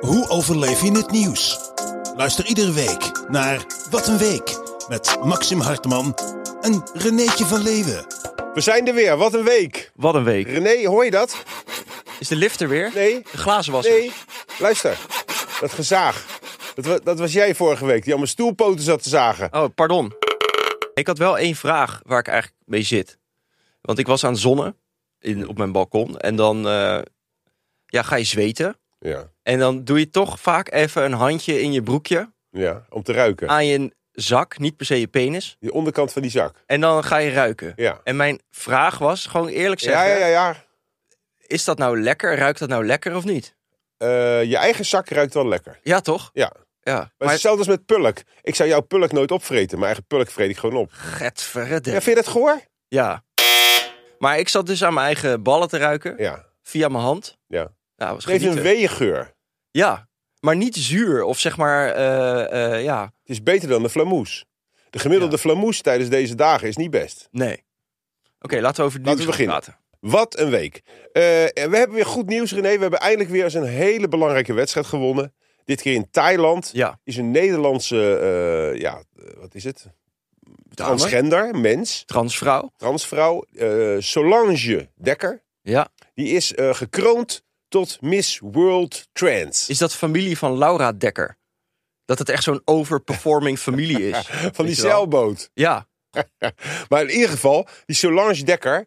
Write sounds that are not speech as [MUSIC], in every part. Hoe overleef je het nieuws? Luister iedere week naar Wat een Week met Maxim Hartman en Renéetje van Leeuwen. We zijn er weer, wat een week. Wat een week. René, hoor je dat? Is de lift er weer? Nee. De glazenwasser? Nee, luister. Dat gezaag. Dat, wa- dat was jij vorige week, die aan mijn stoelpoten zat te zagen. Oh, pardon. Ik had wel één vraag waar ik eigenlijk mee zit. Want ik was aan het zonnen in, op mijn balkon. En dan eh, ja, ga je zweten. Ja, En dan doe je toch vaak even een handje in je broekje. ja om te ruiken. Aan je zak, niet per se je penis. Die onderkant van die zak. En dan ga je ruiken. Ja. En mijn vraag was, gewoon eerlijk Ja, zeggen. ja, ja. ja. Is dat nou lekker? Ruikt dat nou lekker of niet? Eh, je eigen zak ruikt wel lekker. Ja, toch? Ja. Maar, Ja. het is Maar hetzelfde als met pulk. Ik zou jouw pulk nooit opvreten. Mijn eigen pulk vreet ik gewoon op. getverre. Ja, vind je dat goor? Ja. Maar ik zat dus aan mijn eigen ballen te ruiken. Ja. Via mijn hand. Ja. Nou, was Het heeft een genieten. weegeur. Ja, maar niet zuur of zeg maar, eh, eh, ja, Het is beter dan de flamoes. De gemiddelde Ja. flamoes tijdens deze dagen is niet best. nee. Oké, laten we over het Laten nieuws we beginnen. praten. Wat een week. Eh, we hebben weer goed nieuws, René. We hebben eindelijk weer eens een hele belangrijke wedstrijd gewonnen. Dit keer in Thailand. Ja, Is een Nederlandse, eh, ja, eh, wat is het? Transgender, mens, transvrouw. transvrouw. eh, Solange Dekker. Ja. Die is eh, gekroond tot Miss World Trans. Is dat familie van Laura Dekker? Dat het echt zo'n [LAUGHS] overperforming familie is. Van Weet die je wel? zeilboot. Ja, Maar in ieder geval, die Solange Dekker.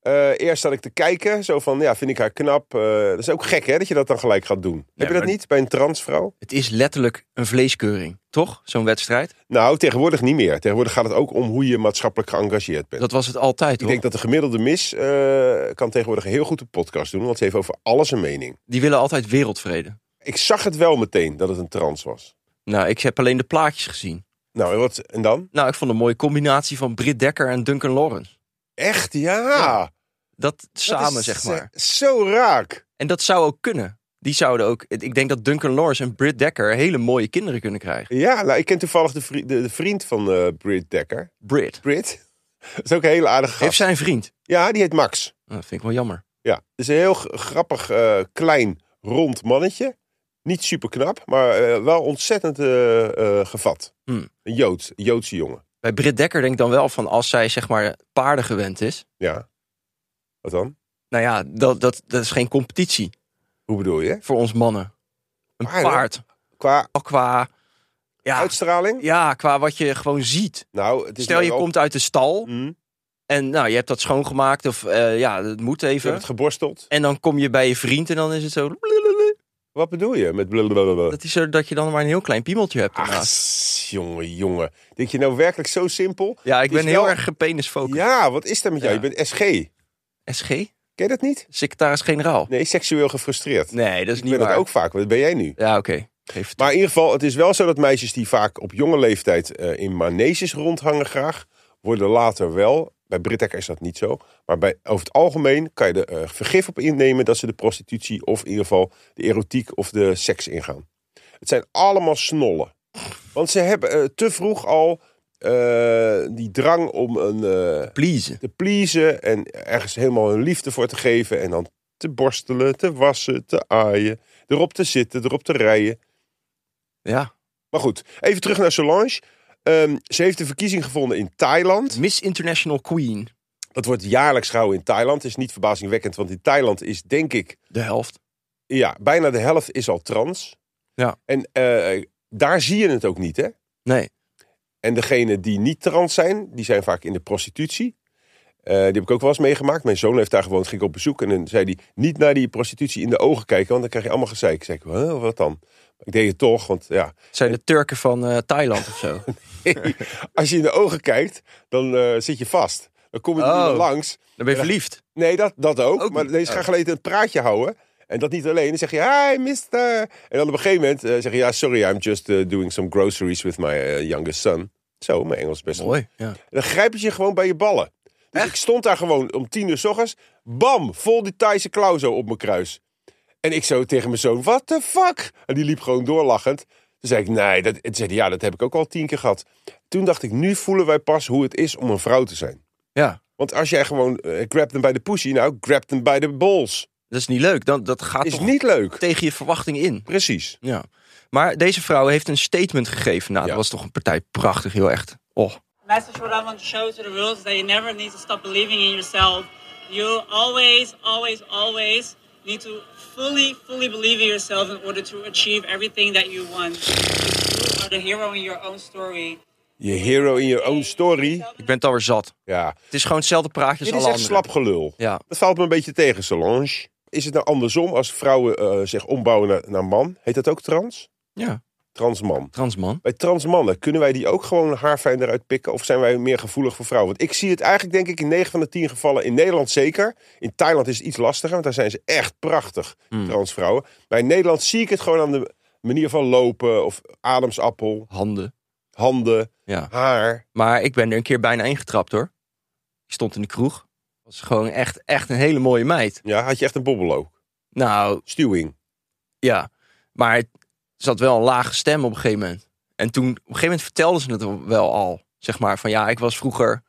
eh, eerst zat ik te kijken, zo van, ja, vind ik haar knap. Eh, dat is ook gek, hè, dat je dat dan gelijk gaat doen. Heb je dat maar- niet bij een transvrouw? het is letterlijk een vleeskeuring, toch? Zo'n wedstrijd. Nou, tegenwoordig niet meer. Tegenwoordig gaat het ook om hoe je maatschappelijk geëngageerd bent. Dat was het altijd, ik hoor. denk dat de gemiddelde mis eh, kan tegenwoordig een heel goed een podcast doen, want ze heeft over alles een mening. Die willen altijd wereldvrede. Ik zag het wel meteen dat het een trans was. Nou, ik heb alleen de plaatjes gezien. Nou, en, wat, en dan? Nou, ik vond een mooie combinatie van Britt Dekker en Duncan Lawrence. Echt, ja. Ja, Dat Dat samen, is eh, zeg maar. Zo raak. En dat zou ook kunnen. Die zouden ook. Ik denk dat Duncan Lawrence en Britt Dekker hele mooie kinderen kunnen krijgen. Ja, nou, ik ken toevallig de, vri- de, de vriend van eh Britt Dekker. Britt. Britt. [LAUGHS] Dat is ook een hele aardige Heeft gast. zij een vriend? Ja, die heet Max. Nou, Dat vind ik wel jammer. Ja, dat is een heel g- grappig, eh, klein, rond mannetje. Niet super knap, maar eh, wel ontzettend eh, eh, gevat. Hmm. Een Jood, een Joodse jongen. Bij Britt Dekker denk ik dan wel van als zij zeg maar paarden gewend is. Ja. Wat dan? Nou ja, dat, dat, dat is geen competitie Hoe bedoel je? voor ons mannen. Een Paarden? paard. Qua Al qua. Ja, uitstraling? ja, qua wat je gewoon ziet. Nou, het is Ah. Stel je wel- komt uit de stal Hmm, en nou, je hebt dat schoongemaakt of eh, ja, dat moet je hebt even. het geborsteld. En dan kom je bij je vriend en dan is het zo. Wat bedoel je met blablabla? Dat is zo dat je dan maar een heel klein piemeltje hebt. Ach, daarnaast. s- jongen, jongen. Denk je nou werkelijk zo simpel? Ja, ik Het is ben heel wel- erg gepenisfocust. Ja, wat is dat met jou? Ja. Je bent SG. Ken SG? je dat niet? Secretaris-generaal? Nee, seksueel gefrustreerd. Nee, dat is ik niet ben waar. dat ook vaak. Wat ben jij nu? Ja, oké. Geef het. Maar in ieder geval, het is wel zo dat meisjes die vaak op jonge leeftijd eh, in maneges rondhangen graag, worden later wel, bij Britek is dat niet zo, maar bij, over het algemeen kan je er eh, vergif op innemen dat ze de prostitutie of in ieder geval de erotiek of de seks ingaan. Het zijn allemaal snollen. Want ze hebben eh, te vroeg al eh, die drang om een, eh, Please. te pleasen en ergens helemaal hun liefde voor te geven en dan te borstelen, te wassen, te aaien, erop te zitten, erop te rijden. Ja. Maar goed, even terug naar Solange. Ehm, ze heeft de verkiezing gevonden in Thailand. Miss International Queen. Dat wordt jaarlijks gehouden in Thailand. Is niet verbazingwekkend, want in Thailand is denk ik... De helft. Ja, bijna de helft is al trans. Ja. En eh, daar zie je het ook niet, hè? Nee. En degenen die niet trans zijn, die zijn vaak in de prostitutie. Eh, die heb ik ook wel eens meegemaakt. Mijn zoon heeft daar gewoond, ging ik op bezoek. En dan zei hij, niet naar die prostitutie in de ogen kijken, want dan krijg je allemaal gezeik. Ik zei, "Huh, wat dan? Ik deed het toch, want ja, Zijn de Turken van eh, Thailand [LAUGHS] of zo? [LAUGHS] Als je in de ogen kijkt, dan eh, zit je vast. Dan kom je er Oh. niet meer langs. Dan ben je verliefd. Nee, dat, dat ook. Ook maar niet. Oh. deze gaan geleden een praatje houden. En dat niet alleen. Dan zeg je, hi, mister. En dan op een gegeven moment eh, zeg je, ja, sorry, I'm just eh, doing some groceries with my eh, youngest son. Zo, mijn Engels is best goed. Mooi. Ja. En dan grijpen ze je gewoon bij je ballen. Dus ik stond daar gewoon om tien uur s ochtends. Bam, vol die Thaise klauw zo op mijn kruis. En ik zo tegen mijn zoon, what the fuck? En die liep gewoon doorlachend. Toen zei ik, nee, dat, en toen zei hij, ja, dat heb ik ook al tien keer gehad. Toen dacht ik, nu voelen wij pas hoe het is om een vrouw te zijn. ja. Want als jij gewoon, eh grab them by the pussy, nou, grab them by the balls. Dat is niet leuk. Dan, dat gaat Is Ah, toch niet leuk. tegen je verwachting in. Precies. Ja. Maar deze vrouw heeft een statement gegeven. Nou, Ja. dat was toch een partij prachtig, heel echt. Oh. message what I want to show to the world is that you never need to stop believing in yourself. You always, always, always need to fully, fully believe in yourself in order to achieve everything that you want. You are the hero in your own story. Je hero in your own story. Ik ben het alweer zat. Ja, Het is gewoon hetzelfde praatje als dit alle is echt anderen. slap gelul. Ja. Dat valt me een beetje tegen, Solange. Is het nou andersom als vrouwen eh, zich ombouwen naar, naar man? Heet dat ook trans? ja, Transman. transman. Bij transmannen, kunnen wij die ook gewoon haarfijn eruit pikken? Of zijn wij meer gevoelig voor vrouwen? Want ik zie het eigenlijk, denk ik, in 9 van de 10 gevallen. In Nederland zeker. In Thailand is het iets lastiger, want daar zijn ze echt prachtig, Hmm. transvrouwen. Maar in Nederland zie ik het gewoon aan de manier van lopen. Of ademsappel, Handen. handen, Ja. haar. Maar ik ben er een keer bijna ingetrapt hoor. Ik stond in de kroeg. Was gewoon echt, echt een hele mooie meid. Ja, had je echt een bobbel ook. Nou, Stuwing. Ja, maar het zat wel een lage stem op een gegeven moment. En toen, op een gegeven moment vertelden ze het wel al. Zeg maar van ja, ik was vroeger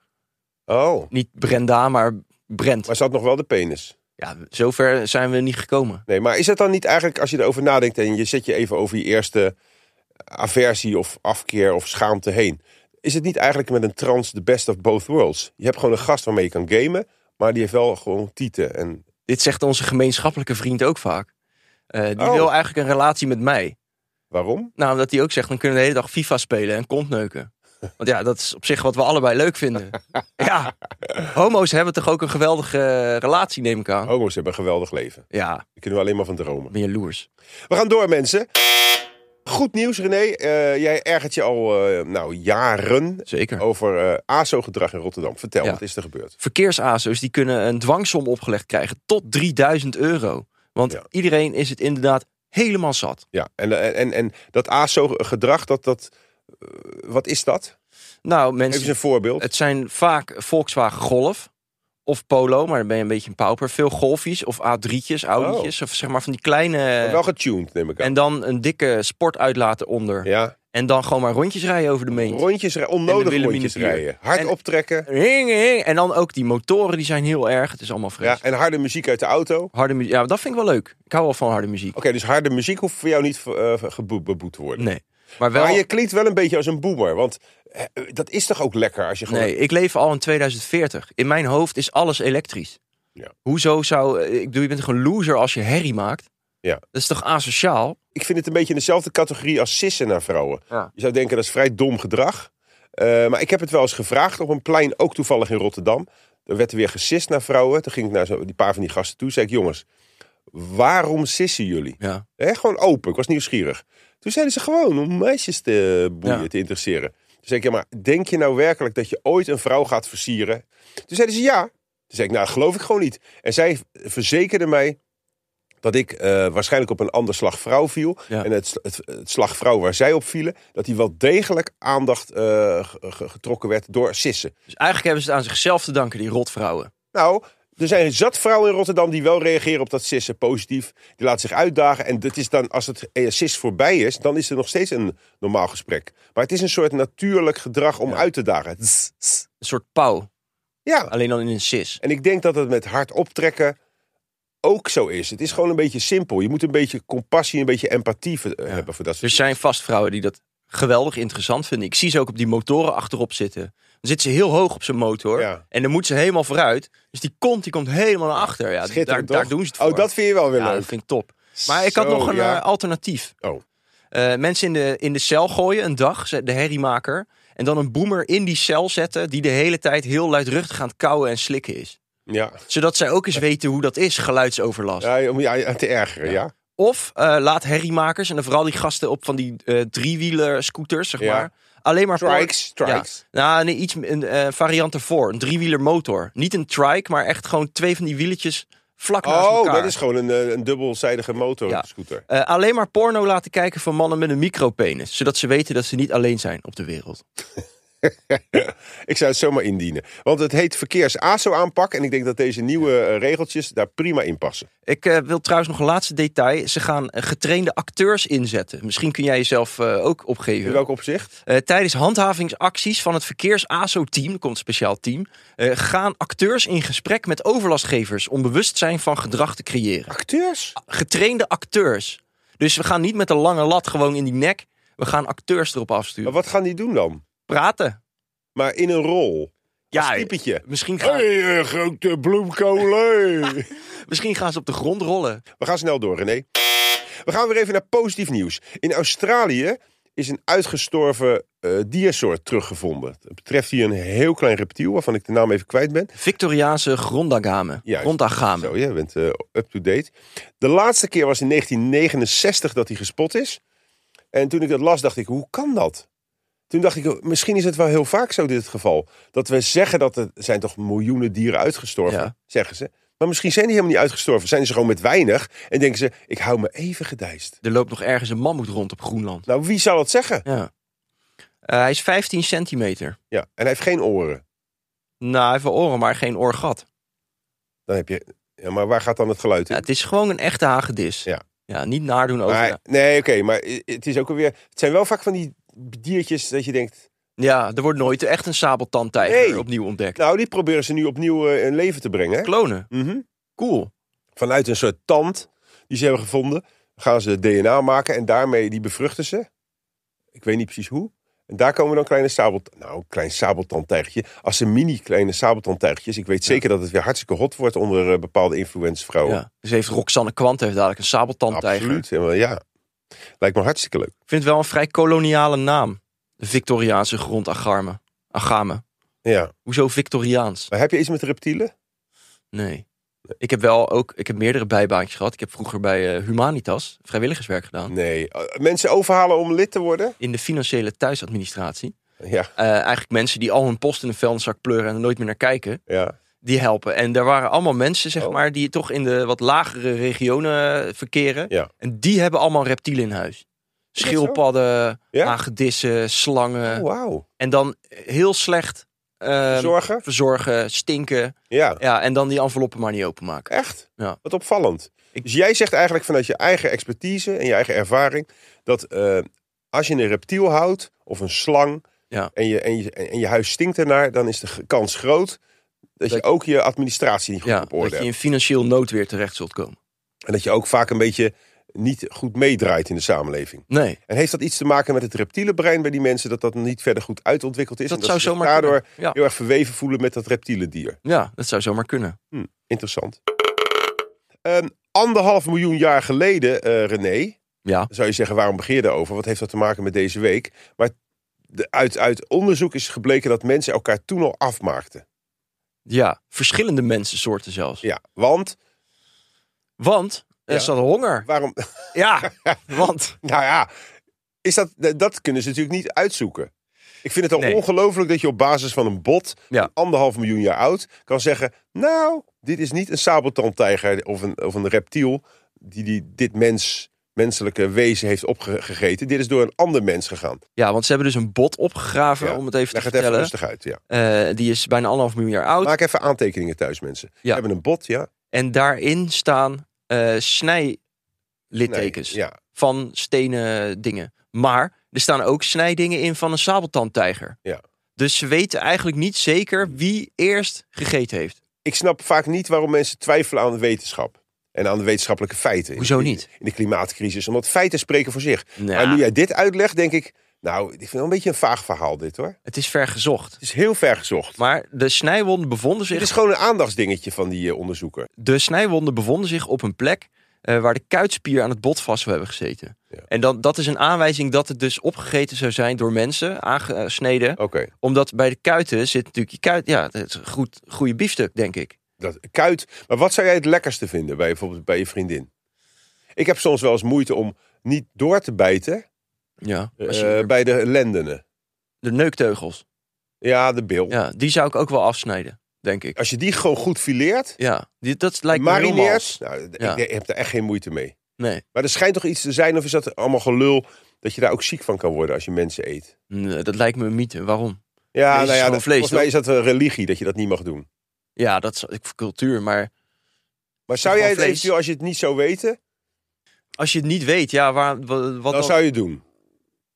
Oh, niet Brenda, maar Brent. maar ze had nog wel de penis. Ja, zover zijn we niet gekomen. Nee, maar is het dan niet eigenlijk, als je erover nadenkt en je zet je even over je eerste aversie of afkeer of schaamte heen, is het niet eigenlijk met een trans the best of both worlds? Je hebt gewoon een gast waarmee je kan gamen, maar die heeft wel gewoon tieten. En Dit zegt onze gemeenschappelijke vriend ook vaak. Eh, die Oh. wil eigenlijk een relatie met mij. waarom? Nou, omdat hij ook zegt, dan kunnen we de hele dag FIFA spelen en kontneuken. Want ja, dat is op zich wat we allebei leuk vinden. [LAUGHS] Ja, homo's hebben toch ook een geweldige eh, relatie, neem ik aan. Homo's hebben een geweldig leven. Ja, Daar kunnen we alleen maar van dromen. ik ben jaloers. We gaan door, mensen. Goed nieuws, René. Eh, jij ergert je al eh, nou, jaren Zeker. over eh ASO-gedrag in Rotterdam. Vertel, Ja. wat is er gebeurd? verkeersazo's die kunnen een dwangsom opgelegd krijgen tot 3000 euro. Want Ja. iedereen is het inderdaad helemaal zat. Ja, en, eh, en, en dat ASO-gedrag, dat, dat, eh, wat is dat? Nou, Even eens mensen, een voorbeeld. het zijn vaak Volkswagen Golf of Polo, maar dan ben je een beetje een pauper. Veel Golfjes of A3'tjes, Audi'tjes of zeg maar van die kleine... Maar Oh. wel getuned, neem ik aan. en dan een dikke sportuitlaat eronder. ja. En dan gewoon maar rondjes rijden over de meent. Rondjes, rij- onnodig Willemine rondjes Pier. rijden. Hard En- optrekken. Hing, hing. En dan ook die motoren, die zijn heel erg. Het is allemaal Ja, vreselijk. en harde muziek uit de auto. Oké, Harde muziek. Ja, dat vind ik wel leuk. Ik hou wel van harde muziek. dus harde muziek hoeft voor jou niet eh, gebo- beboet te worden. Nee. Maar wel... Maar je klinkt wel een beetje als een boomer. Want eh, dat is toch ook lekker als je gewoon... Nee, ik leef al in 2040. In mijn hoofd is alles elektrisch. Ja. Hoezo zou... eh, Ik bedoel, je bent gewoon loser als je herrie maakt. Ja. Dat is toch asociaal? Ik vind het een beetje in dezelfde categorie als sissen naar vrouwen. Ja. Je zou denken, dat is vrij dom gedrag. Eh, maar ik heb het wel eens gevraagd op een plein, ook toevallig in Rotterdam. Er werd weer gesist naar vrouwen. Toen ging ik naar zo, die paar van die gasten toe. zei ik, jongens, waarom sissen jullie? Ja. Hè, gewoon open, ik was nieuwsgierig. Toen zeiden ze gewoon om meisjes te boeien, Ja. te interesseren. Toen zei ik, ja, maar denk je nou werkelijk dat je ooit een vrouw gaat versieren? Toen zeiden ze ja. Toen zei ik, nou, dat geloof ik gewoon niet. En zij verzekerde mij dat ik eh, waarschijnlijk op een ander slag vrouw viel. Ja. En het, het, het slag vrouw waar zij op vielen, dat die wel degelijk aandacht eh, ge- ge- getrokken werd door sissen. Dus eigenlijk hebben ze het aan zichzelf te danken, die rotvrouwen. Nou, er zijn zat vrouwen in Rotterdam die wel reageren op dat sissen positief. Die laten zich uitdagen. En dat is dan, als het eh, sis voorbij is, dan is er nog steeds een normaal gesprek. Maar het is een soort natuurlijk gedrag om uit te dagen. Tss, tss. Een soort pauw. Ja, Alleen dan in een cis. en ik denk dat het met hard optrekken ook zo is. Het is gewoon een beetje simpel. Je moet een beetje compassie, een beetje empathie eh, hebben voor dat Er soort zijn vast vrouwen die dat geweldig interessant vinden. Ik zie ze ook op die motoren achterop zitten. Dan zit ze heel hoog op zijn motor. Ja. En dan moet ze helemaal vooruit. Dus die kont die komt helemaal naar achter. Ja, daar, Schitterend, daar toch? doen ze het voor. Oh, dat vind je wel weer Ja, dat leuk. vind ik top. Maar ik had Zo, nog een ja. eh, alternatief. Oh. Eh, mensen in de, in de cel gooien een dag, ze- de herriemaker. En dan een boemer in die cel zetten die de hele tijd heel luidruchtig aan het kauwen en slikken is. Ja. Zodat zij ook eens weten hoe dat is, geluidsoverlast. Ja, om je aan te ergeren, ja. Of eh, laat herriemakers en dan vooral die gasten op van die eh driewieler scooters, zeg Ja. maar. Alleen maar... Strikes, voor- strikes. Ja. Nou, nee, iets, een eh, variant ervoor. Een driewieler motor. Niet een trike, maar echt gewoon twee van die wieletjes vlak naast elkaar. Oh, dat is gewoon een, eh, een dubbelzijdige Ja. motorscooter. Eh, alleen maar porno laten kijken van mannen met een micropenis. Zodat ze weten dat ze niet alleen zijn op de wereld. Ik zou het zomaar indienen. Want het heet verkeers-ASO-aanpak. En ik denk dat deze nieuwe eh, regeltjes daar prima in passen. Ik eh, wil trouwens nog een laatste detail. Ze gaan eh, getrainde acteurs inzetten. Misschien kun jij jezelf eh, ook opgeven. In welk opzicht? Eh, tijdens handhavingsacties van het verkeers-ASO-team, er komt een speciaal team, eh, gaan acteurs in gesprek met overlastgevers om bewustzijn van gedrag te creëren. Acteurs? Getrainde acteurs. Dus we gaan niet met een lange lat gewoon in die nek. We gaan acteurs erop Maar afsturen. wat gaan die doen dan? Praten. Maar in een rol. Ja, Als typetje. misschien, Hé, gaan, eh, grote [LAUGHS] bloemkolen. misschien gaan ze op de grond rollen. We gaan snel door, René. We gaan weer even naar positief nieuws. In Australië is een uitgestorven eh, diersoort teruggevonden. Het betreft hier een heel klein reptiel, waarvan ik de naam even kwijt ben. Victoriaanse grondagame. Juist. Grondagame. Zo, je bent eh, up-to-date. De laatste keer was in 1969 dat hij gespot is. En toen ik dat las, dacht ik, hoe kan dat? Toen dacht ik, misschien is het wel heel vaak zo dit geval. Dat we zeggen dat er zijn toch miljoenen dieren uitgestorven, Ja. zeggen ze. Maar misschien zijn die helemaal niet uitgestorven. Zijn ze gewoon met weinig. En denken ze, ik hou me even gedijst. Er loopt nog ergens een mammoet rond op Groenland. Nou, wie zou dat zeggen? Ja. Eh, hij is 15 centimeter. Ja, en hij heeft geen oren. Nou, hij heeft wel oren, maar geen oorgat. Dan heb je... Ja, maar waar gaat dan het geluid in? Ja, het is gewoon een echte hagedis. Ja. Ja, niet nadoen over. maar, nee, oké, maar het is ook alweer... Het zijn wel vaak van die diertjes dat je denkt... Ja, er wordt nooit echt een sabeltandtijger Nee. opnieuw ontdekt. Nou, die proberen ze nu opnieuw eh, in leven te brengen. Hè? Klonen, Mhm. cool. Vanuit een soort tand die ze hebben gevonden, gaan ze DNA maken en daarmee die bevruchten ze. Ik weet niet precies hoe. En daar komen dan kleine sabel, nou, een klein sabeltandtijgertje. Als ze mini kleine sabeltandtijgertjes. Ik weet zeker dat het weer hartstikke hot wordt onder eh, bepaalde influencervrouwen. Ja. Dus heeft Roxanne Kwant heeft dadelijk een sabeltandtijger. Oh. Absoluut. Ja, maar ja, lijkt me hartstikke leuk. Ik vind het wel een vrij koloniale naam. De Victoriaanse grondagarme. Agame. Ja. Hoezo Victoriaans? Maar heb je iets met reptielen? Nee. Ik heb wel ook, ik heb meerdere bijbaantjes gehad. Ik heb vroeger bij eh, Humanitas vrijwilligerswerk gedaan. Nee. Eh, Mensen overhalen om lid te worden? In de financiële thuisadministratie. Ja. Eh, eigenlijk mensen die al hun post in een vuilniszak pleuren en er nooit meer naar kijken. ja. die helpen. En daar waren allemaal mensen, zeg Oh. maar, die toch in de wat lagere regionen eh, verkeren. Ja. En die hebben allemaal reptielen in huis. dat zo? Schildpadden, Ja? hagedissen, slangen. Oh, wauw. En dan heel slecht ehm, Zorgen? verzorgen, stinken. Ja. Ja, en dan die enveloppen maar niet openmaken. Echt? Ja. Wat opvallend. Ik- Dus jij zegt eigenlijk vanuit je eigen expertise en je eigen ervaring dat eh, als je een reptiel houdt of een slang Ja. en, je, en, je, en je huis stinkt ernaar, dan is de g- kans groot dat, je Dat- ook je administratie niet goed Ja, op orde dat je hebt. in financieel noodweer terecht zult komen. En dat je ook vaak een beetje niet goed meedraait in de samenleving. Nee, En heeft dat iets te maken met het reptiele brein bij die mensen, dat dat niet verder goed uitontwikkeld is? dat, en zou ze zich zomaar daardoor kunnen. Ja. heel erg verweven voelen met dat reptiele dier. ja, dat zou zomaar kunnen. Hm, interessant. Ehm, anderhalf miljoen jaar geleden, eh, René. Ja. Dan zou je zeggen, waarom begin je daarover? Wat heeft dat te maken met deze week? Maar de, uit, uit onderzoek is gebleken dat mensen elkaar toen al afmaakten. Ja, verschillende mensensoorten zelfs. Ja, want Want er Ja. zat honger. waarom? [LAUGHS] Ja, want... Nou ja, is dat, dat kunnen ze natuurlijk niet uitzoeken. Ik vind het al Nee. ongelooflijk dat je op basis van een bot, Ja. van anderhalf miljoen jaar oud, kan zeggen: Nou, dit is niet een sabeltandtijger of een, of een reptiel die, die dit mens, menselijke wezen heeft opgegeten. Dit is door een ander mens gegaan. Ja, want ze hebben dus een bot opgegraven, Ja, om het even Leg te het vertellen. even rustig uit. Ja. Eh, die is bijna anderhalf miljoen jaar oud. Maak even aantekeningen thuis, mensen. We Ja. hebben een bot, ja. En daarin staan eh Nee, snijlittekens ja. van stenen dingen. Maar er staan ook snijdingen in van een sabeltandtijger. Ja. Dus ze weten eigenlijk niet zeker wie eerst gegeten heeft. Ik snap vaak niet waarom mensen twijfelen aan de wetenschap. En aan de wetenschappelijke feiten. In- Hoezo niet? In de klimaatcrisis. Omdat feiten spreken voor zich. Nou, Maar nu jij dit uitlegt, denk ik... Nou, ik vind het wel een beetje een vaag verhaal dit, hoor. Het is ver gezocht. Het is heel ver gezocht. Maar de snijwonden bevonden Dit is zich, gewoon een aandachtsdingetje van die eh, onderzoeker. de snijwonden bevonden zich op een plek eh, waar de kuitspier aan het bot vast zou hebben gezeten. Ja. En dan, dat is een aanwijzing dat het dus opgegeten zou zijn door mensen, aangesneden. Oké. Omdat bij de kuiten zit natuurlijk je kuit. Ja, het is een goed, goede biefstuk, denk ik. Dat, kuit. Maar wat zou jij het lekkerste vinden bij bijvoorbeeld bij je vriendin? Ik heb soms wel eens moeite om niet door te bijten Ja. eh, Als je- bij de lendenen. de neukteugels. Ja, de bil. Ja, die zou ik ook wel afsnijden, denk ik. Als je die gewoon goed fileert, Ja, die, dat lijkt me heel marineert. mals. Nou, d- Ja. Ik heb daar echt geen moeite mee. Nee, Maar er schijnt toch iets te zijn, of is dat allemaal gelul, dat je daar ook ziek van kan worden als je mensen eet? nee, dat lijkt me een mythe. Waarom? Ja, Vlees is nou ja, gewoon dat, vlees, volgens mij is dat een religie dat je dat niet mag doen. Ja, dat is ik- cultuur. Maar Maar zou gewoon jij het vlees. eventueel, als je het niet zou weten, als je het niet weet, ja, waar, wa- wat, dan dan- zou je het doen.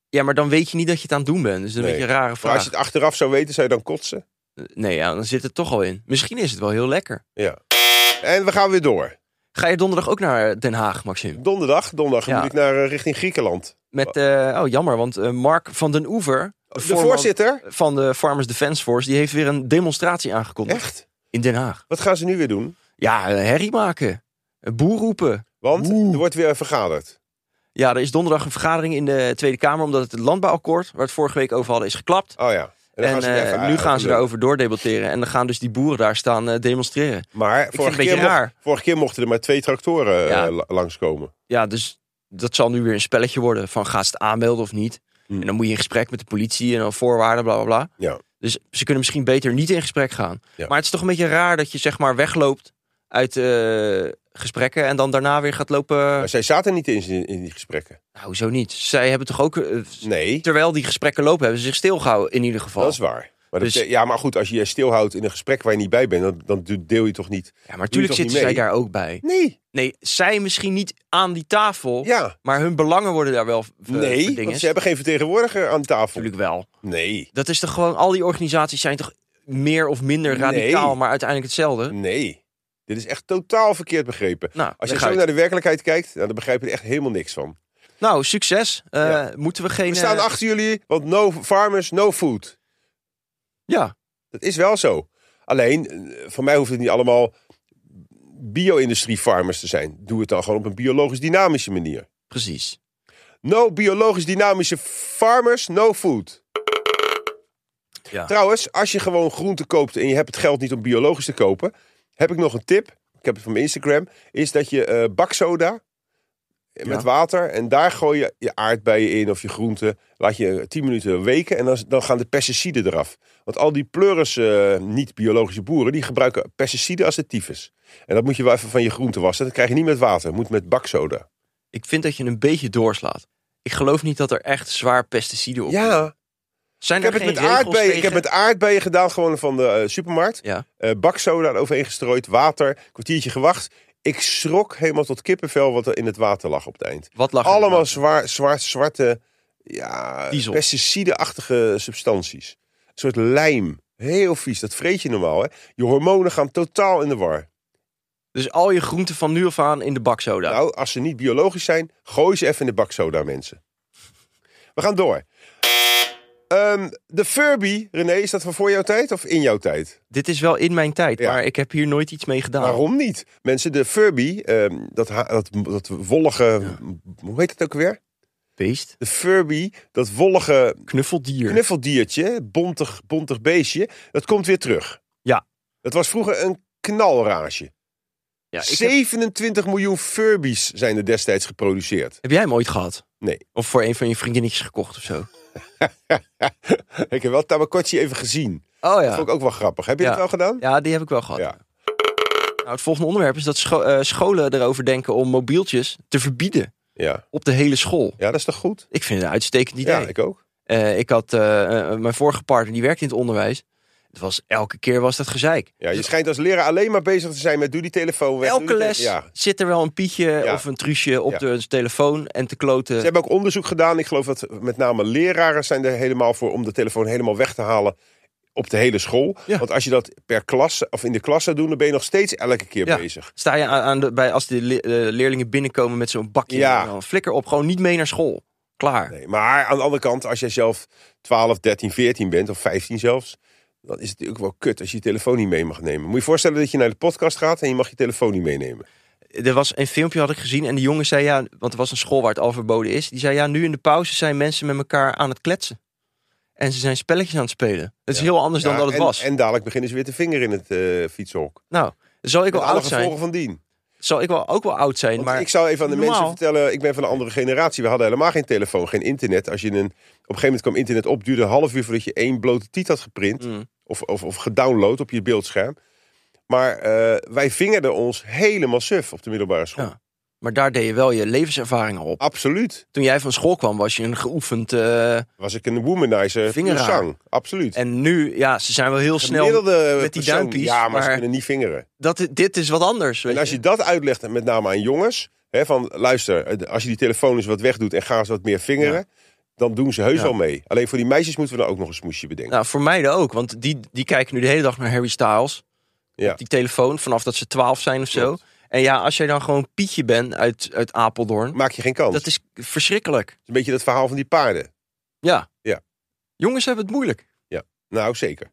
ja, maar dan weet je niet dat je het aan het doen bent. Dus dat is een Nee. beetje een rare Maar als vraag. je het achteraf zou weten, zou je dan kotsen? Nee, ja, dan zit het toch al in. Misschien is het wel heel lekker. Ja. En we gaan weer door. Ga je donderdag ook naar Den Haag, Maxim? Donderdag, donderdag Ja. moet ik naar eh, richting Griekenland. Met, eh, oh jammer, want eh, Mark van den Oever, de, Oh, De voorman voorzitter? van de Farmers Defence Force, die heeft weer een demonstratie aangekondigd Echt? in Den Haag. Wat gaan ze nu weer doen? Ja, eh, herrie maken, Eh, boer roepen. Want er wordt weer vergaderd. Ja, er is donderdag een vergadering in de Tweede Kamer, omdat het landbouwakkoord, waar we het vorige week over hadden, is geklapt. Oh ja. En, dan En, gaan ze het eh, even nu uit- gaan ze uitleggen. daarover doordebatteren. En dan gaan dus die boeren daar staan eh, demonstreren. Maar vind het vorige een beetje keer, mocht- raar. vorige keer mochten er maar twee tractoren eh, Ja. la- langskomen. Ja, dus dat zal nu weer een spelletje worden. Van ga ze het aanmelden of niet. Hmm. En dan moet je in gesprek met de politie en dan voorwaarden, bla bla bla. Ja. Dus ze kunnen misschien beter niet in gesprek gaan. Ja. Maar het is toch een beetje raar dat je zeg maar wegloopt uit eh, gesprekken. En dan daarna weer gaat lopen. Maar zij zaten niet eens in, in die gesprekken. Nou, hoezo niet? Zij hebben toch ook. eh, Nee, terwijl die gesprekken lopen, hebben ze zich stilgehouden in ieder geval. Hmm. dat is waar. Maar dat Dus- bete- ja, maar goed, als je je stilhoudt in een gesprek waar je niet bij bent, dan, dan do- deel je toch niet. ja, maar natuurlijk toch niet zitten zij mee? daar ook bij. Nee, Nee, zij misschien niet aan die tafel. ja, Maar hun belangen worden daar wel ver- nee, verdingen. want ze hebben geen vertegenwoordiger aan tafel. natuurlijk wel. Nee, Dat is toch gewoon, al die organisaties zijn toch meer of minder Nee. radicaal, maar uiteindelijk hetzelfde. nee. Dit is echt totaal verkeerd begrepen. Nou, Als je leg zo uit. naar de werkelijkheid kijkt, nou, dan begrijp je er echt helemaal niks van. nou succes. Eh, Ja. Moeten we geen. We staan eh, achter jullie, want no farmers, no food. Ja, Dat is wel zo. Alleen, eh, voor mij hoeft het niet allemaal bio-industrie farmers te zijn. Doe het dan gewoon op een biologisch dynamische manier. precies. No biologisch dynamische farmers, no food. Ja. Trouwens, als je gewoon groente koopt en je hebt het geld niet om biologisch te kopen, heb ik nog een tip. Ik heb het van mijn Instagram. Is dat je eh, baksoda met Ja. water en daar gooi je je aardbeien in of je groenten. Laat je 10 minuten weken en dan, dan gaan de pesticiden eraf. Want al die pleuris eh, niet-biologische boeren die gebruiken pesticiden als het tyfus. En dat moet je wel even van je groenten wassen. Dat krijg je niet met water, moet met baksoda. Ik vind dat je een beetje doorslaat. Ik geloof niet dat er echt zwaar pesticiden op Ja. zijn. Ik heb, er het geen met regels aardbeien, ik tegen? heb met aardbeien gedaan, gewoon van de eh, supermarkt. Ja. Eh, baksoda eroverheen gestrooid, water, kwartiertje gewacht. Ik schrok helemaal tot kippenvel wat er in het water lag op het eind. Wat lag er Allemaal nou? zwaar, zwaar, zwarte, ja, Diesel. pesticideachtige substanties. Een soort lijm. Heel vies, dat vreet je normaal. Hè? Je hormonen gaan totaal in de war. Dus al je groenten van nu af aan in de baksoda. Nou, als ze niet biologisch zijn, gooi ze even in de baksoda, mensen. We gaan door. Ehm, de Furby, René, is dat van voor jouw tijd of in jouw tijd? Dit is wel in mijn tijd, Ja. maar ik heb hier nooit iets mee gedaan. Waarom niet? Mensen, de Furby, ehm, dat, ha- dat, dat wollige, hoe heet het ook weer? Beest, De Furby, dat wollige knuffeldier. knuffeldiertje, bontig, bontig beestje, dat komt weer terug. Ja. Dat was vroeger een knalraasje. ja, ik heb... 27 miljoen Furbies zijn er destijds [LAUGHS] geproduceerd. heb jij hem ooit gehad? Nee. Of voor een van je vriendinnetjes gekocht of zo? Oh ik heb wel Tamagotchi even gezien. Oh ja. Dat vond ik ook wel grappig. Heb je Ja. dat wel gedaan? Ja, die heb ik wel gehad. Ja. Nou, het volgende onderwerp is dat scho- eh, scholen erover denken om mobieltjes te verbieden Ja. op de hele school. Ja, dat is toch goed? Ik vind het een uitstekend idee. Ja, Eh, ik... ik ook. had eh, eh, mijn vorige partner, die werkte in het onderwijs. Het was, elke keer was dat gezeik. Ja, je Dus schijnt als leraar alleen maar bezig te zijn met doe die telefoon weg. doe die elke les tele- Ja. zit er wel een pietje Ja. of een truusje op Ja. de telefoon en te kloten. Ze hebben ook onderzoek gedaan. Ik geloof dat met name leraren zijn er helemaal voor om de telefoon helemaal weg te halen op de hele school. Ja. Want als je dat per klas of in de klas zou doen, dan ben je nog steeds elke keer Ja. bezig. Sta je aan, aan de, bij, als de le- eh, leerlingen binnenkomen met zo'n bakje, Ja. dan flikker op, gewoon niet mee naar school. Klaar. Nee, maar aan de andere kant, als jij zelf 12, 13, 14 bent of 15 zelfs, dan is het natuurlijk wel kut als je je telefoon niet mee mag nemen. Moet je je voorstellen dat je naar de podcast gaat en je mag je telefoon niet meenemen. er was een filmpje had ik gezien en die jongen zei ja, want er was een school waar het al verboden is. Die zei ja, nu in de pauze zijn mensen met elkaar aan het kletsen. En ze zijn spelletjes aan het spelen. Dat is heel anders Ja, dan dat het en, was. En dadelijk beginnen ze weer te vinger in het eh fietshok. nou, zal ik Met wel alle oud zijn? gevolgen van dien. Zal ik wel ook wel oud zijn, Want maar ik zou even aan de normaal- mensen vertellen, ik ben van een andere generatie. We hadden helemaal geen telefoon, geen internet. Als je een, op een gegeven moment kwam internet op, duurde een half uur voordat je één blote tiet had geprint. Mm. Of, of, of gedownload op je beeldscherm. Maar eh, wij vingerden ons helemaal suf op de middelbare school. Ja. Maar daar deed je wel je levenservaringen op. Absoluut. Toen jij van school kwam, was je een geoefend. eh, Was ik een womanizer Vingeraar. zang. Absoluut. en nu, ja, ze zijn wel heel snel. Gemiddelde met die persoon- duimpjes, Ja, maar, ze maar- kunnen niet vingeren. Dat, dit is wat anders. Weet En als je dat uitlegt, met name aan jongens, hè, van luister, eh, als je die telefoon eens wat wegdoet en ga eens wat meer vingeren, dan doen ze heus Ja. wel mee. Alleen voor die meisjes moeten we dan ook nog een smoesje bedenken. Nou, voor mij dan ook, want die, die kijken nu de hele dag naar Harry Styles. Ja. Op die telefoon, vanaf dat ze 12 zijn of zo. Klopt. En ja, als jij dan gewoon Pietje bent uit, uit Apeldoorn, Maak je geen kans. Nou, dat is verschrikkelijk. Een beetje dat verhaal van die paarden. Ja. Ja. Jongens hebben het moeilijk. Nou, zeker.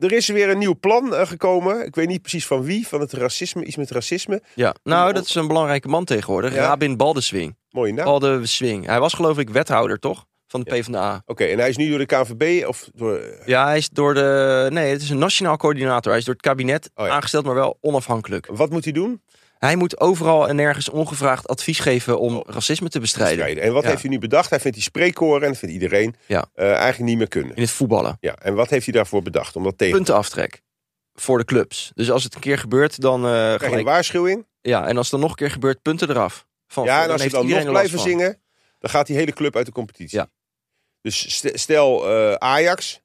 Er is weer een nieuw plan eh, gekomen. Ik weet niet precies van wie, van het racisme, iets met racisme. Ja. Nou, dat is een belangrijke man tegenwoordig. Ja. Rabin Baldeswing. Mooie naam. Oh. Baldeswing. Hij was geloof ik wethouder, toch? Van de PvdA. Oké, en hij is nu door de KNVB of door... eh, Ja, hij is door de... Nee, het is een nationaal coördinator. Hij is door het kabinet Oh ja. aangesteld, maar wel onafhankelijk. Wat moet hij doen? Hij moet overal en nergens ongevraagd advies geven om Oh. racisme te bestrijden. Strijden. En wat Ja. heeft hij nu bedacht? Hij vindt die spreekkoren, en dat vindt iedereen, Ja. eh, eigenlijk niet meer kunnen. In het voetballen. Ja, en wat heeft hij daarvoor bedacht? Om dat tegen te puntenaftrek voor de clubs. Dus als het een keer gebeurt, dan eh, krijg je een gelijk- waarschuwing. ja, en als het dan nog een keer gebeurt, punten eraf. Van, Ja, en als ze Oh, heeft dan nog iedereen er last blijven van. zingen, dan gaat die hele club uit de competitie. Ja. Dus st- stel eh, Ajax,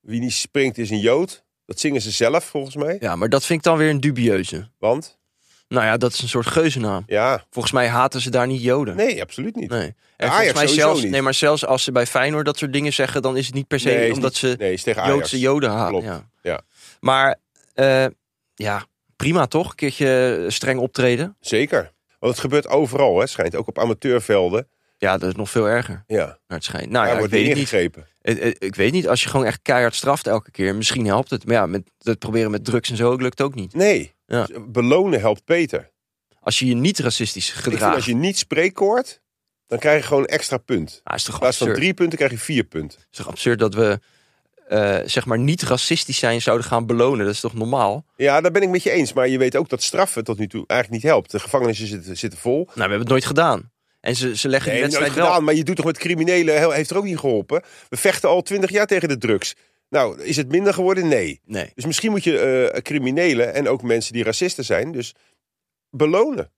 wie niet springt is een Jood. Dat zingen ze zelf volgens mij. Ja, maar dat vind ik dan weer een dubieuze. Want, Nou ja, dat is een soort geuzennaam. ja, Volgens mij haten ze daar niet Joden. nee, absoluut niet. Nee. En Ajax volgens mij sowieso zelfs, niet. nee, maar zelfs als ze bij Feyenoord dat soort dingen zeggen, dan is het niet per se Nee, is omdat niet- ze nee, is tegen Ajax. Joodse Joden haten. Klopt, Ja. ja. Maar eh, ja, prima toch? Een keertje streng optreden. Zeker. Want het gebeurt overal, hè, schijnt. Ook op amateurvelden. Ja, dat is nog veel erger Ja, daar naar het schijnt. Nou ja, ik wordt weet niet het niet. ingegrepen. Het- het- Eh, Ik weet niet, als je gewoon echt keihard straft elke keer, misschien helpt het. Maar ja, met dat proberen met drugs en zo ook lukt ook niet. Nee, Ja. Dus belonen helpt beter. Als je je niet racistisch Ik vind, als gedraagt, je niet spreekkoort, dan krijg je gewoon een extra punt. Ah, is toch In plaats van absurd. drie punten krijg je vier punten. is toch absurd dat we eh, zeg maar niet racistisch zijn zouden gaan belonen. Dat is toch normaal? Nou, Ja, daar ben ik met je eens. Maar je weet ook dat straffen tot nu toe eigenlijk niet helpt. De gevangenissen zitten, zitten vol. Nou, we hebben het nooit gedaan. En ze, ze leggen Nee, die nooit wedstrijd wel. gedaan. Maar je doet toch met criminelen, heel- heeft er ook niet geholpen. We vechten al twintig jaar tegen de drugs. Nou, is het minder geworden? Nee. Nee. Dus misschien moet je eh, criminelen en ook mensen die racisten zijn, dus belonen.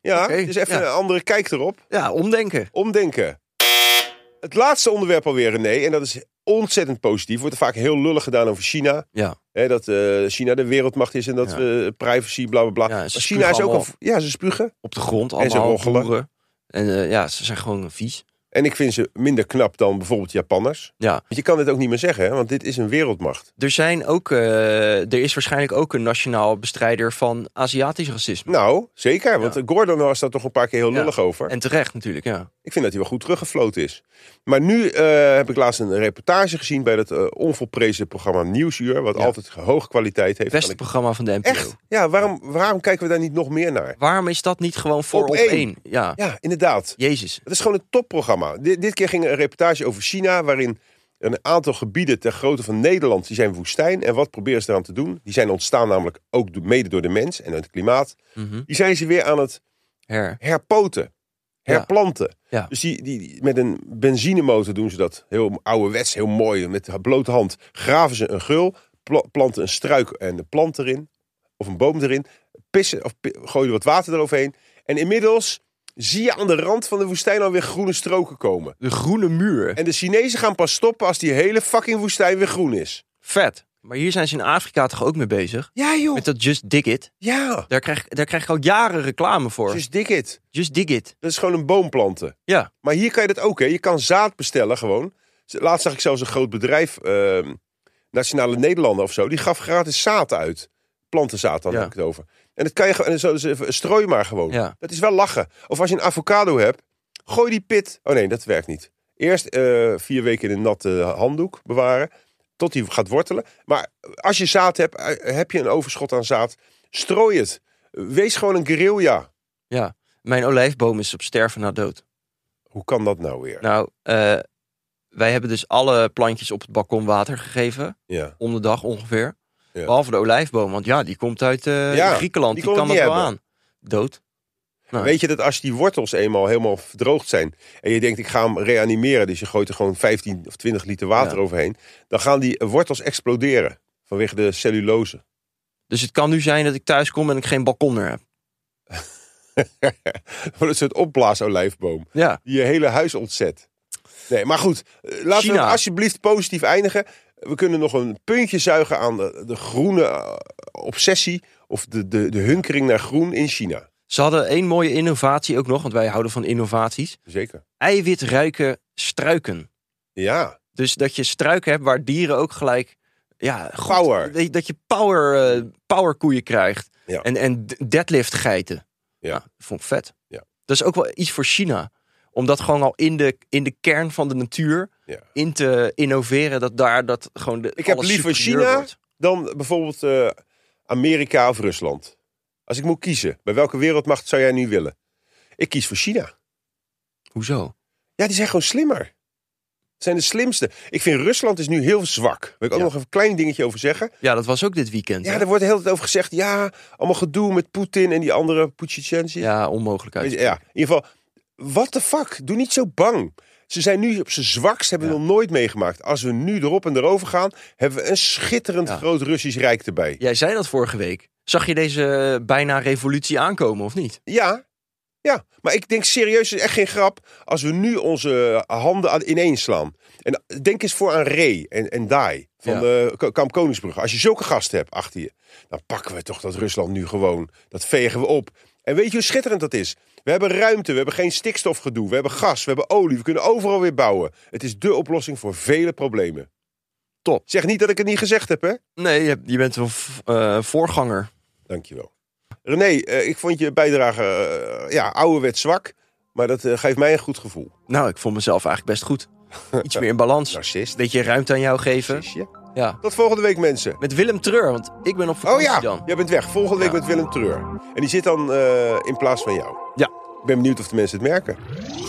Ja, Oké, dus even ja. een andere kijk erop. Ja, omdenken. Omdenken. Het laatste onderwerp alweer, René, en dat is ontzettend positief. Wordt er vaak heel lullig gedaan over China. Ja. Hè, dat eh, China de wereldmacht is en dat Ja. we privacy, bla bla bla. Ja, ze Maar China spugen is ook een. allemaal. Ja, ze spugen. Op de grond, En ze allemaal roggelen. boeren. En eh, ja, ze zijn gewoon vies. En ik vind ze minder knap dan bijvoorbeeld Japanners. Ja. Want je kan dit ook niet meer zeggen, hè, want dit is een wereldmacht. Er, zijn ook, eh, er is waarschijnlijk ook een nationaal bestrijder van Aziatisch racisme. Nou, zeker. Want Ja. Gordon was daar toch een paar keer heel Ja. lullig over. En terecht natuurlijk, ja. Ik vind dat hij wel goed teruggefloten is. Maar nu eh, heb ik laatst een reportage gezien bij dat eh, onvolprezen programma Nieuwsuur. Wat Ja. altijd hoge kwaliteit heeft. Beste programma van de NPO. Echt? Ja, waarom, waarom kijken we daar niet nog meer naar? Waarom is dat niet gewoon voor Op op één. één? Ja. Ja, inderdaad. Jezus. Het is gewoon een topprogramma. Di- dit keer ging een reportage over China, waarin een aantal gebieden ter grootte van Nederland, die zijn woestijn. En wat proberen ze eraan te doen? Die zijn ontstaan namelijk ook do- mede door de mens en het klimaat. Mhm. Die zijn ze weer aan het Her. herpoten, Ja. herplanten. Ja. Dus die, die, die- met een benzinemotor doen ze dat. Heel ouderwets, heel mooi. Met de blote hand graven ze een gul, pla- planten een struik en een plant erin. Of een boom erin. Pissen, of pi- gooien wat water eroverheen. En inmiddels zie je aan de rand van de woestijn alweer groene stroken komen. De groene muur. En de Chinezen gaan pas stoppen als die hele fucking woestijn weer groen is. Vet. Maar hier zijn ze in Afrika toch ook mee bezig? Ja joh, Met dat Just Dig It. ja. Daar krijg, daar krijg ik al jaren reclame voor. Just, Dus dik it. Dig It. Dat is gewoon een boom planten. Ja. Maar hier kan je dat ook, hè? Je kan zaad bestellen gewoon. Laatst zag ik zelfs een groot bedrijf, ehm, Nationale Nederlanden of zo, die gaf gratis zaad uit. Plantenzaad, dan Ja. heb ik het over. En dat kan je gewoon, en zo, dus even- strooi maar gewoon. Ja. Dat is wel lachen. Of als je een avocado hebt, gooi die pit. Oh nee, dat werkt niet. Eerst eh, vier weken in een natte handdoek bewaren, tot die gaat wortelen. Maar als je zaad hebt, eh, heb je een overschot aan zaad, strooi het. Wees gewoon een guerrilla. Ja. Mijn olijfboom is op sterven na dood. Hoe kan dat nou weer? Nou, eh, wij hebben dus alle plantjes op het balkon water gegeven. Ja. om de dag ongeveer. Ja. Behalve de olijfboom, want ja, die komt uit eh, Ja, Griekenland. die Die, kon kan het dat niet wel aan. hebben. Dood. Nou, Weet je dat als die wortels eenmaal helemaal verdroogd zijn en je denkt ik ga hem reanimeren, dus je gooit er gewoon 15 of 20 liter water Ja. overheen, dan gaan die wortels exploderen vanwege de cellulose. [LAUGHS] Dus het kan nu zijn dat ik thuis kom en ik geen balkon meer heb. Van een soort opblaasolijfboom. Ja. Die je hele huis ontzet. Nee, maar goed. eh, Laten we China. het alsjeblieft positief eindigen. We kunnen nog een puntje zuigen aan de, de groene eh, obsessie. Of de, de, de hunkering naar groen in China. Ze hadden één mooie innovatie ook nog, want wij houden van innovaties. Zeker. Eiwitrijke struiken. Ja. Dus dat je struiken hebt waar dieren ook gelijk... Ja, goed, Power. Dat je- Dat je power, eh, powerkoeien krijt. Ja. En, en d- deadlift geiten. Nou, Ja. vond ik vet. Ja. Dat is ook wel iets voor China. Om dat gewoon al in de, in de kern van de natuur Ja. in te innoveren. Dat daar dat gewoon de, Ik heb alles liever superieur China wordt. Dan bijvoorbeeld eh, Amerika of Rusland. Als ik moet kiezen, bij welke wereldmacht zou jij nu willen? Ik kies voor China. Hoezo? Ja, die zijn gewoon slimmer. Het zijn de slimste. Ik vind Rusland is nu heel zwak. Wil ik ook Ja. nog een klein dingetje over zeggen. Ja, dat was ook dit weekend. Ja, hè? er wordt de hele tijd over gezegd. Ja, allemaal gedoe met Poetin en die andere Poetsjetsjensie. Ja. ja onmogelijk uit. ja, in ieder geval. What the fuck? Doe niet zo bang. Ze zijn nu op zijn zwakst, hebben we nog nooit meegemaakt. Als we nu erop en erover gaan, hebben we een schitterend Ja. groot Russisch Rijk erbij. Jij zei dat vorige week. Zag je deze eh, bijna revolutie aankomen, of niet? Ja. Ja, maar ik denk serieus, het is echt geen grap, als we nu onze handen aan- ineens slaan. En denk eens voor aan Ray en, en Dai van Ja. de K- Kamp Koningsbrug. Als je zulke gasten hebt achter je, dan pakken we toch dat Rusland nu gewoon. Dat vegen we op. En weet je hoe schitterend dat is? We hebben ruimte, we hebben geen stikstofgedoe, we hebben gas, we hebben olie, we kunnen overal weer bouwen. Het is dé oplossing voor vele problemen. Top. Zeg niet dat ik het niet gezegd heb, hè? Nee, je, je bent een v- eh, voorganger. Dankjewel. René, eh, ik vond je bijdrage eh, ja, ouderwets zwak. Maar dat eh, geeft mij een goed gevoel. Nou, ik vond mezelf eigenlijk best [LAUGHS] goed. Iets meer in balans. Een Narcist. beetje ruimte aan jou geven. Narcistje. Ja. Tot volgende week, mensen. Met Willem Treur, want ik ben op Oh vakantie ja, dan. jij bent weg. Volgende week Ja. met Willem Treur. En die zit dan eh, in plaats van jou. Ja. Ik ben benieuwd of de mensen het merken.